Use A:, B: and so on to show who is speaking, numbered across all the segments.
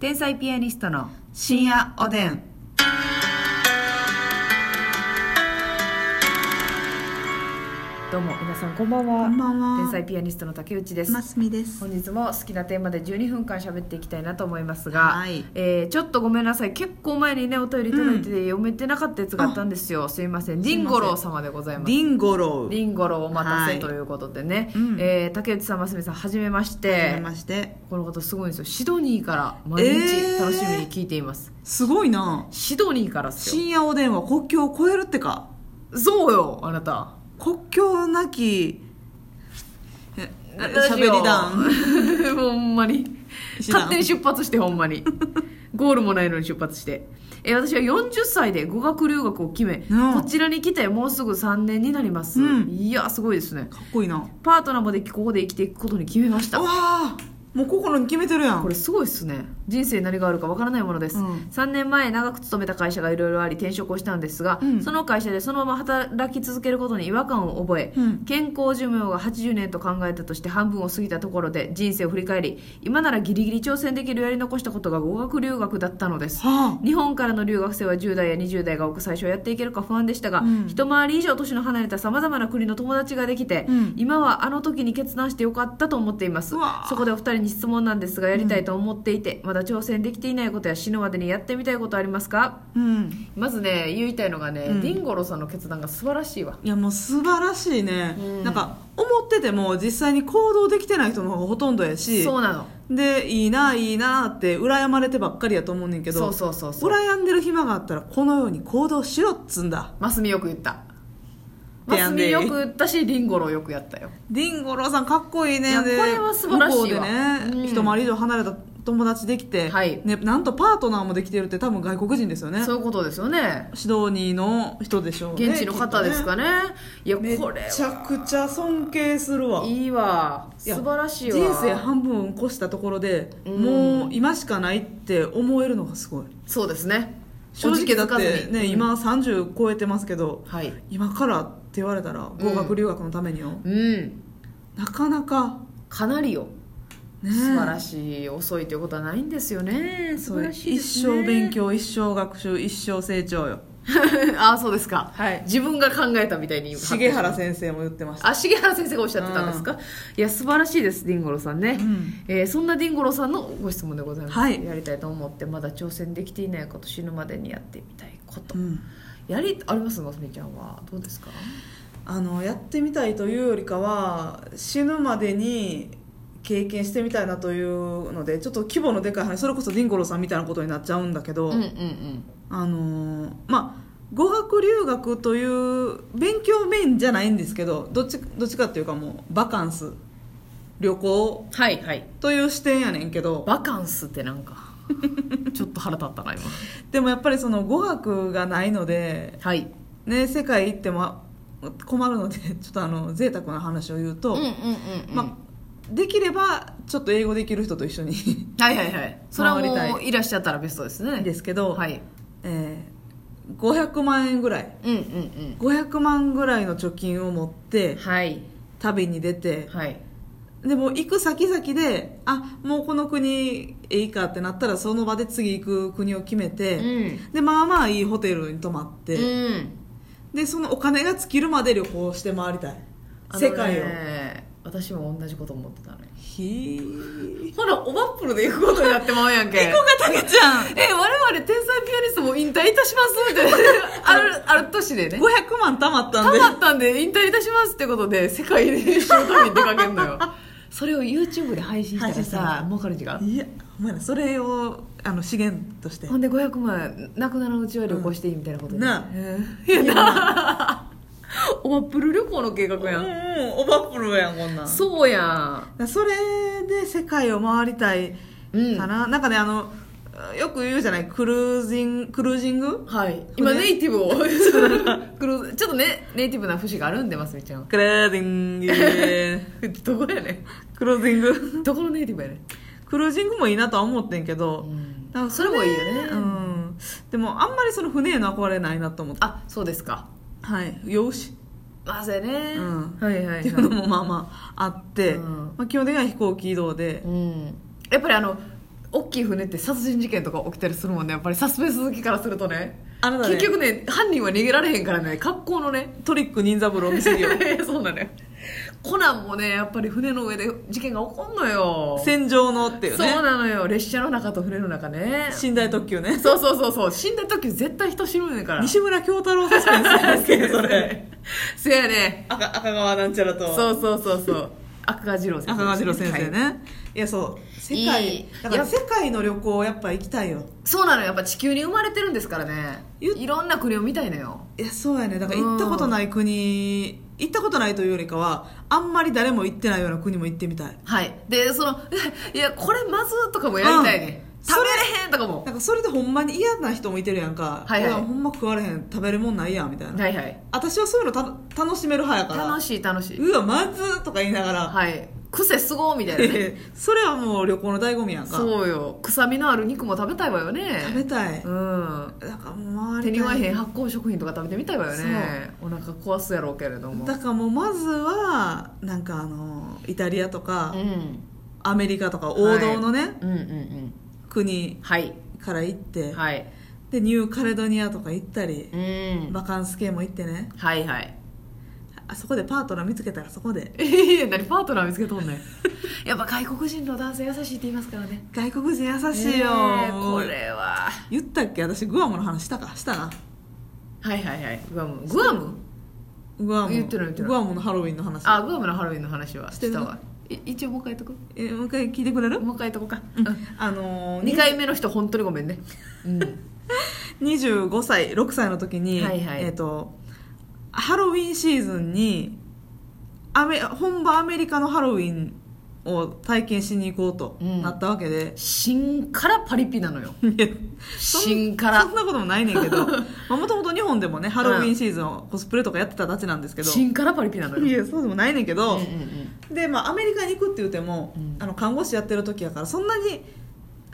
A: 天才ピアニストの
B: 深夜おでん
A: どうも皆さんこんばんは
B: こんばんは
A: 天才ピアニストの竹内です、
B: ますみです
A: 本日も好きなテーマで12分間喋っていきたいなと思いますが、
B: はい
A: えーちょっとごめんなさい結構前にねお便りいただいてて読めてなかったやつがあったんですよすいません
B: す
A: リ
B: いませ
A: ンゴ
B: ん
A: ロウ様でございます
B: リンゴロウ
A: リンゴロウお待た
B: は
A: せ
B: い
A: ということでね、
B: うん
A: えー竹内さんますみさんはじめまして
B: はじめまして
A: この方すごいんですよシドニーから毎
B: え
A: 日
B: ー
A: 楽しみに聞いています、
B: すごいな
A: シドニーからっすよ
B: 深夜おでんは国境を越えるってか
A: そうよあなた
B: 国境なきえ
A: 私よ
B: 喋り団
A: ほんまに
B: 知らん
A: 勝手に出発してほんまにゴールもないのに出発してえー私は40歳で語学留学を決め、
B: うん
A: こちらに来てもうすぐ3年になります、
B: うん
A: いやすごいですね
B: かっこいいなわ
A: パートナーもできここで生きていくことに決めました
B: あもう心に決めてるや
A: こ
B: ん
A: れすごいっすね人生に何があるかわからないものです、
B: うん
A: 3年前長く勤めた会社がいろいろあり転職をしたんですが、
B: うん
A: その会社でそのまま働き続けることに違和感を覚え、
B: うん
A: 健康寿命が80年と考えたとして半分を過ぎたところで人生を振り返り今ならギリギリ挑戦できるやり残したことが語学留学だったのです
B: は
A: 日本からの留学生は10代や20代が多く最初はやっていけるか不安でしたが、
B: うん
A: 一回り以上年の離れたさまざまな国の友達ができて、
B: うん
A: 今はあの時に決断してよかったと思っています
B: うわ
A: そこでお二人に質問なんですがやりたいと思っていて、まだ挑戦できていないことや死ぬまでにやってみたいことありますか
B: あうん
A: まずね言いたいのがね、
B: うん
A: ディンゴロさんの決断が素晴らしいわ
B: いやもう素晴らしいね、
A: うん
B: なんか思ってても実際に行動できてない人の方がほとんどやし
A: そうなの
B: でいいないいなって羨まれてばっかりやと思うねんけど
A: そうそうそうそう
B: 羨んでる暇があったらこのように行動しろっつんだ
A: マスミよく言ったマス
B: てやん
A: ミ
B: で
A: よく言ったしディンゴロよくやったよ
B: リンゴローさんかっこいいね
A: いや
B: で
A: これは素晴らしいわ
B: 向こうでね、
A: うん
B: 一回り以上離れた友達できて、
A: はい
B: ね、なんとパートナーもできてるって多分外国人ですよね
A: そういうことですよね
B: シドニーの人でしょうね
A: 現地の方ですかねいや
B: きっ
A: ことれ
B: ね
A: は
B: めちゃくちゃ尊敬するわ
A: いいわ
B: いや
A: 素晴らしいわ
B: 人生半分を越したところで、
A: うん
B: もう今しかないって思えるのがすごい
A: そうですね
B: 正直だっ
A: おじけづ
B: て
A: かずに
B: ね、今30超えてますけど、
A: はい
B: 今からって言われた
A: う
B: ら
A: ん
B: 合格留学のためによ、
A: うん
B: なかなか
A: かなりよ
B: ね
A: 素晴らしい遅いということはないんですよね素
B: そう
A: 晴らしいです
B: 一
A: ね
B: 生勉強一生学習一生成長よ
A: ああそうですか
B: はい
A: 自分が考えたみたいに言う
B: 重原先生も言ってました
A: あ重原先生がおっしゃってたんですか、いや素晴らしいですディンゴロさんね、
B: うん
A: えーそんなディンゴロさんのご質問でございます、
B: はい
A: やりたいと思ってまだ挑戦できていないこと死ぬまでにやってみたいこと、
B: うん
A: やりありますますみちゃんはどうですか
B: あのやってみたいというよりかは死ぬまでに経験してみたいなというのでちょっと規模のでかい話それこそディンゴロさんみたいなことになっちゃうんだけど、
A: うんうんうん
B: あのーまあ語学留学という勉強メインじゃないんですけどどっちどっちかっていうかもうバカンス旅行
A: はいはい
B: という視点やねんけど
A: バカンスってなん かちょっと腹立ったな今
B: でもやっぱりその語学がないので、
A: はい
B: ね、世界行っても困るので ちょっとあの贅沢な話を言うと、
A: うんうんうん、うん
B: まあ、できればちょっと英語できる人と一緒に
A: はいはいはいそれは
B: 回りたい
A: もういらっしゃったらベストですね
B: ですけど、
A: はい
B: えー500万円ぐらい
A: うんうん
B: 500万ぐらいの貯金を持っ
A: うん
B: て
A: はい
B: 旅に出て
A: はい
B: でも行く先々であもうこの国いいかってなったらその場で次行く国を決め
A: う
B: て、
A: ん
B: でまあまあいいホテルに泊まって、
A: うん
B: でそのお金が尽きるまで旅行して回りたい
A: あのね
B: 世界を
A: 私も同じこと思ってたね
B: ひー
A: ほらおバップルで行くことになってまうやんけ
B: たけちゃん
A: え我々天才ピアニストも引退いたしますみたいな あるある年でね
B: 500万貯まったん
A: た
B: で
A: まったんで引退いたしますってことで世界で一生旅に出かけるのよ それを YouTube で配信したら
B: 配信した
A: さ
B: ら
A: 儲かる違う
B: いやお前らそれをあの資源として
A: ほんで500万なくなるうちは旅行していいみたいなことで、
B: なあ
A: うんいやな おまっぷる旅行の計画やん、
B: うんオバプロやんこんなんそ
A: そうやん
B: それで世界を回りたい
A: うん
B: かな、なんかねあのよく言うじゃないクルージングクルージング
A: はい今
B: ほんで
A: ネイティ ブをクルーズちょっとねネイティブな節があるんでますみちゃんは
B: クルージン グ
A: どこやね
B: クルージング
A: んどこのネイティブやねん
B: クルージングもいいなとは思ってんけど、なんか
A: それもいいよね
B: うん、でもあんまりその船への憧れないなと思って
A: あそうですか
B: はい養子
A: まあそうやね、
B: うん
A: はいはい、はい、
B: っていう のもまあまああって、
A: うん
B: まあ、基本的には飛行機移動で、
A: うん、やっぱりあの大きい船って殺人事件とか起きたりするもんねやっぱりサスペンス好きからするとね
B: あなたね
A: 結局ね犯人は逃げられへんからね格好のね
B: トリック忍三郎見せるよ
A: そうなのよコナンもねやっぱり船の上で事件が起こんのよ
B: 戦場のっていう
A: そう
B: ね
A: なのよ列車の中と船の中ね
B: 寝台特急ね
A: そうそうそうそう死んだ時絶対人死ぬねんから
B: 西村京太郎サスペンスですけどそれ
A: そうやね
B: 赤赤川なんちゃらと
A: そうそうそうそう赤川次郎先生
B: 赤川次郎先生ね、い、やそう世
A: い
B: 界
A: い
B: だから
A: いや
B: 世界の旅行やっぱ行きたいよ
A: そうなのよやっぱ地球に生まれてるんですからね
B: ゆ
A: いろんな国を見たいのよ
B: いやそうやねだから
A: うん
B: 行ったことない国行ったことないというよりかはあんまり誰も行ってないような国も行ってみたい
A: はいでその 「いやこれまず」とかもやりたいね、
B: うん
A: 食べれへんとかも
B: なんかそれでほんまに嫌な人もいてるやんか、
A: はいはい
B: やほんま食われへん食べるもんないやんみたいな
A: はいはい
B: 私はそういうのた楽しめる派やから
A: 楽しい楽しいう
B: わまずーとか言いながら、
A: はい癖すごーみた いなね
B: それはもう旅行の醍醐味やんか
A: そうよ臭みのある肉も食べたいわよ
B: 食
A: ね
B: べたい、
A: うん
B: だからもう回
A: 手
B: り
A: に
B: た
A: 負
B: い
A: えへん発酵食品とか食べてみたいわよねお腹壊すやろうけれども
B: だからもうまずはなんかあのイタリアとか、
A: うん、
B: アメリカとか王道のね、
A: うんうんうん
B: 国
A: はい
B: から行って、
A: はい
B: でニューカレドニアとか行ったり
A: う、ん
B: バカンス系も行ってね
A: はいはい
B: あそこでパートナー見つけたらそこで
A: ええ何パートナー見つけとんねん やっぱ外国人の男性優しいって言いますからね
B: 外国人優しいよ、
A: ねえこれは
B: 言ったっけ私グアムの話したかしたな
A: はいはいはいグアムグアム
B: グアム
A: 言ってない言ってない
B: グアムのハロウィンの話
A: あグアムのハロウィンの話は
B: して
A: し
B: る
A: たわい一応もう一回言っとく
B: えもう一回聞いてくれる、
A: もう一回言っとこうか、
B: あのー
A: 2回目の人本当にごめんね、うん、
B: 25歳6歳の時に、
A: はいはい
B: えー、とハロウィンシーズンにアメ本場アメリカのハロウィンを体験しに行こうと
A: うん
B: なったわけで、
A: 芯からパリピなのよ
B: いやそん
A: 芯から
B: そんなこともないねんけ どもともと日本でもねハロウィンシーズンをコスプレとかやってたたちなんですけど、
A: 芯からパリピなのよ
B: いやそうでもないねんけ
A: うん
B: ど、
A: うんうん
B: で、まあ、アメリカに行くって言っても、
A: うん
B: あの看護師やってる時やからそんなに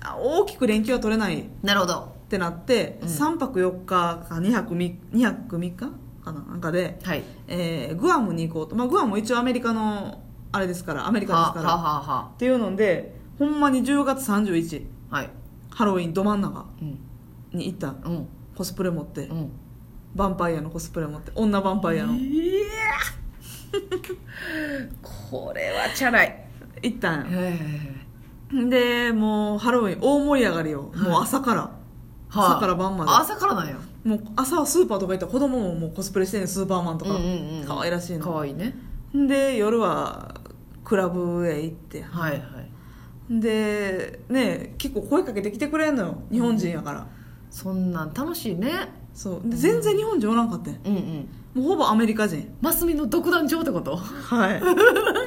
B: あ大きく連休は取れない
A: なるほど
B: ってなって、
A: うん
B: 3泊4日か2泊 3, 2泊3日かななんかで、
A: はい
B: えーグアムに行こうと、まあ、グアムも一応アメリカのあれですからアメリカ
A: は
B: で
A: は
B: すからっ
A: はは
B: ていうのでほんまに10月31
A: はい
B: ハロウィンど真ん中
A: うん
B: に行った
A: うん
B: コスプレ持って
A: うん
B: ヴァンパイアのコスプレ持って女ヴァンパイアの
A: いやこれはチャラい
B: 行ったん
A: へ
B: やでもうハロウィン大盛り上がりよ、
A: はい
B: もう朝から朝から晩まで
A: 朝からなんや
B: もう朝はスーパーとか行ったら子供ももうコスプレしてんねんスーパーマンとか、
A: うんうんうん
B: 可愛らしいの
A: かわいいね
B: で夜はクラブへ行って
A: はいはい
B: でね結構声かけてきてくれんのよ日本人やから、
A: そんなん楽しいね
B: そうで全然日本人おらんかってん
A: うんうん
B: もうほぼアメリカ人
A: マスミの独壇場ってこと
B: は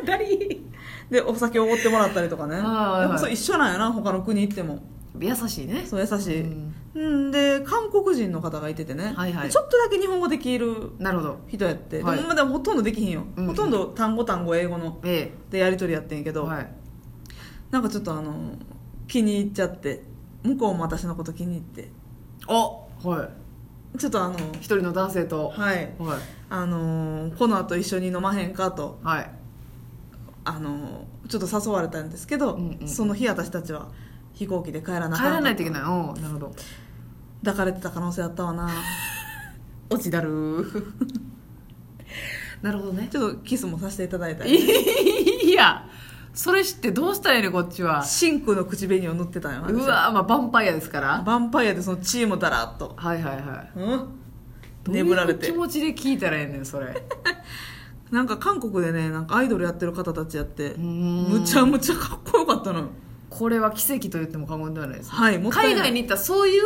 B: い
A: ダリ
B: でお酒おごってもらったりとかね
A: はいはい
B: やっぱそう一緒なんやな他の国行っても
A: 優しいね
B: そう優しい、
A: うん
B: うん、で韓国人の方がいててね、
A: はいはい
B: でちょっとだけ日本語できる
A: なるほど
B: 人やって、
A: はい
B: でもまあでもほとんどできひんよ、
A: うん
B: ほとんど単語単語英語の
A: え
B: でやり取りやってんけ
A: え
B: ど、
A: はい
B: なんかちょっとあの気に入っちゃって向こうも私のこと気に入って
A: おはい
B: ちょっとあの
A: 一人の男性とは
B: はい
A: い
B: あのーこの後一緒に飲まへんかと
A: はい
B: あのーちょっと誘われたんですけど、
A: うんうん
B: その日私たちは飛行機で帰らな
A: 帰
B: あかん
A: らないといけないうんなるほど
B: 抱かれてた可能性あっ たわな
A: 落ちだるー なるほ どね
B: ちょっとキスもさせていただいたり
A: いやそれ知ってどうしたらいいのこっちは
B: 真空の口紅を塗ってたんよ私
A: うわまあヴァンパイアですか
B: ヴ
A: ら
B: ァンパイアでその血もだらっと、
A: はいはいはい
B: うん、
A: どういう
B: 眠られ
A: 気
B: て
A: 持ちで聞いたらええねんそれ
B: なんか韓国でねなんかアイドルやってる方たちやってむ
A: む
B: ちゃむちゃかっこよかったのよ
A: これは奇跡と言っても過言ではないですね、
B: はいもったい
A: 海
B: ない
A: 外に行ったらそういう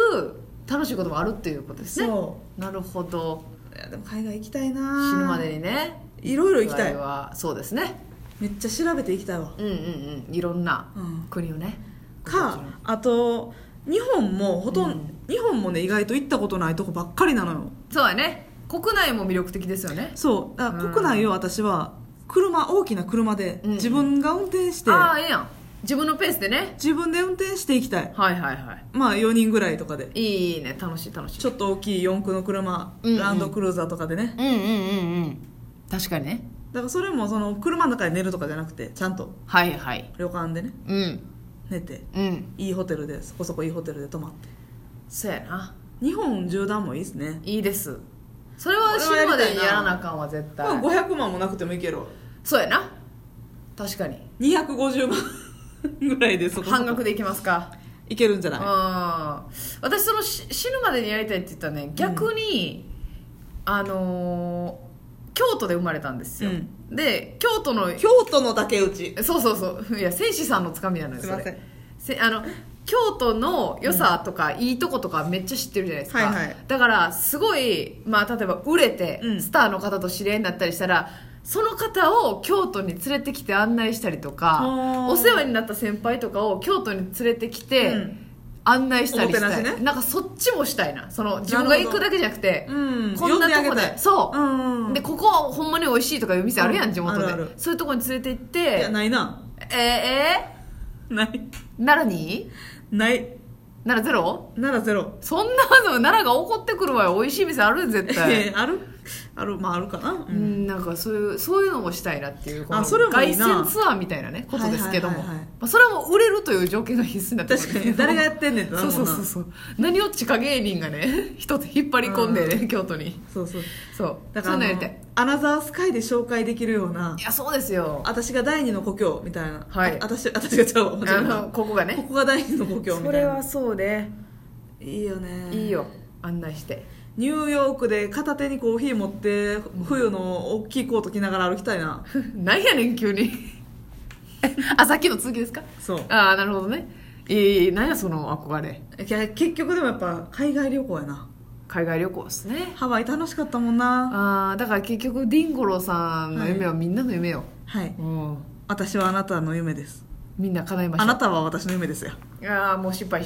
A: 楽しいこともあるっていうことですね
B: そ
A: なるほど
B: ういやでも海外行きたいな
A: 死ぬまでにね
B: いろいろ行きたい
A: 我々はそうですね
B: めっちゃ調べて行きたいわ、
A: うんうんうんいろんな
B: うん、
A: 国をね
B: かあと日本もほとんど、
A: うん
B: 日本もね意外と行ったことないとこばっかりなのよ
A: そうやね国内も魅力的ですよね
B: そうだ
A: う
B: から
A: ん
B: 国内を私は車大きな車で
A: うん
B: 自分が運転して、
A: ああええやん自分のペースでね
B: 自分で運転して行きたい
A: はいはいはい
B: まあ4人ぐらいとかで
A: いいね楽しい楽しい
B: ちょっと大きい四駆の車、
A: うんうん
B: ランドクルーザーとかでね
A: うんうんうんうん確かにね
B: だからそれもその車の中で寝るとかじゃなくてちゃんと
A: はいはい
B: 旅館でね
A: うん
B: 寝て
A: うん
B: いいホテルでそこそこいいホテルで泊まって
A: そうやな
B: 日本縦断もいいですね
A: いいですそれは死ぬまでにやらなあかんわ絶対
B: まあ500万もなくてもいいけど
A: そうやな確かに
B: 250万 ぐらいでそこ
A: 半額でいきますか
B: いけるんじゃ
A: うん
B: ない
A: 私そのし死ぬまでにやりたいって言ったね逆に、あのー京都で生まれたんですよ、
B: う
A: で京都の
B: 京都の竹内
A: そうそうそういや戦士さんのつかみなのよ
B: すい
A: そ
B: ま
A: れ
B: せん
A: せあの京都の良さとか、いいとことかめっちゃ知ってるじゃないですか、
B: はいはい
A: だからすごい、まあ、例えば売れて、
B: うん
A: スターの方と知り合いになったりしたらその方を京都に連れてきて案内したりとか
B: あー
A: お世話になった先輩とかを京都に連れてきて、
B: うん
A: 案内したりしたい
B: おもてなしね
A: なんかそっちもしたいなその自分が行くだけじゃなくて
B: うん
A: こんなと
B: 呼
A: こ
B: んであげた
A: で
B: い
A: そうう、
B: んうん
A: でここほんまに美味しいとかいう店あるやん、
B: うん
A: 地元で
B: あるある
A: そういうとこに連れて行っ
B: いや
A: て
B: ないな
A: えー、え
B: ない
A: ー、奈良に
B: ない
A: 奈良ゼロ
B: ならゼロ
A: そんなはず奈良が怒ってくるわよ美味しい店ある絶 対
B: あるあるまああるかな、うん
A: うんなんかそういうそういうのもしたいなっていうこの
B: あそれもいいな
A: 凱旋ツアーみたいなねことですけども、
B: はいはいはいはい
A: まあ、それはもう売れるという条件が必須になってくるん
B: 確
A: です
B: か
A: け
B: に
A: ど
B: 誰がやってんねんってな
A: そう
B: るも
A: そう
B: んな
A: そうそう何を地下芸人がね一つ引っ張り込んでね京都に
B: そうそう
A: そう
B: だか
A: そ
B: らあ
A: んな
B: の
A: んやりたい
B: アナザースカイで紹介できるようない
A: やそうですよ
B: 私が第二の故郷みたいな
A: はい
B: あ私 私がちゃうわ間違
A: あ
B: えた
A: のここが
B: こ
A: ね
B: こが第二の故郷みたいな
A: そうで
B: いいよね
A: いいよ案内して
B: ニューヨークで片手にコーヒー持って冬の大きいコート着ながら歩きたいな
A: なんやねん急に あさっきの続きですか
B: そう
A: ああなるほどねいい何やその憧れ
B: いや結局でもやっぱ海外旅行やな
A: 海外旅行ですね
B: ハワイ楽しかったもんな
A: ああだから結局ディンゴローさんの夢はみんなの夢よ、
B: はい
A: うん
B: 私はあなたの夢です
A: みんな叶えまし
B: あ
A: た
B: なたは私の夢ですよ
A: ああーもう失敗し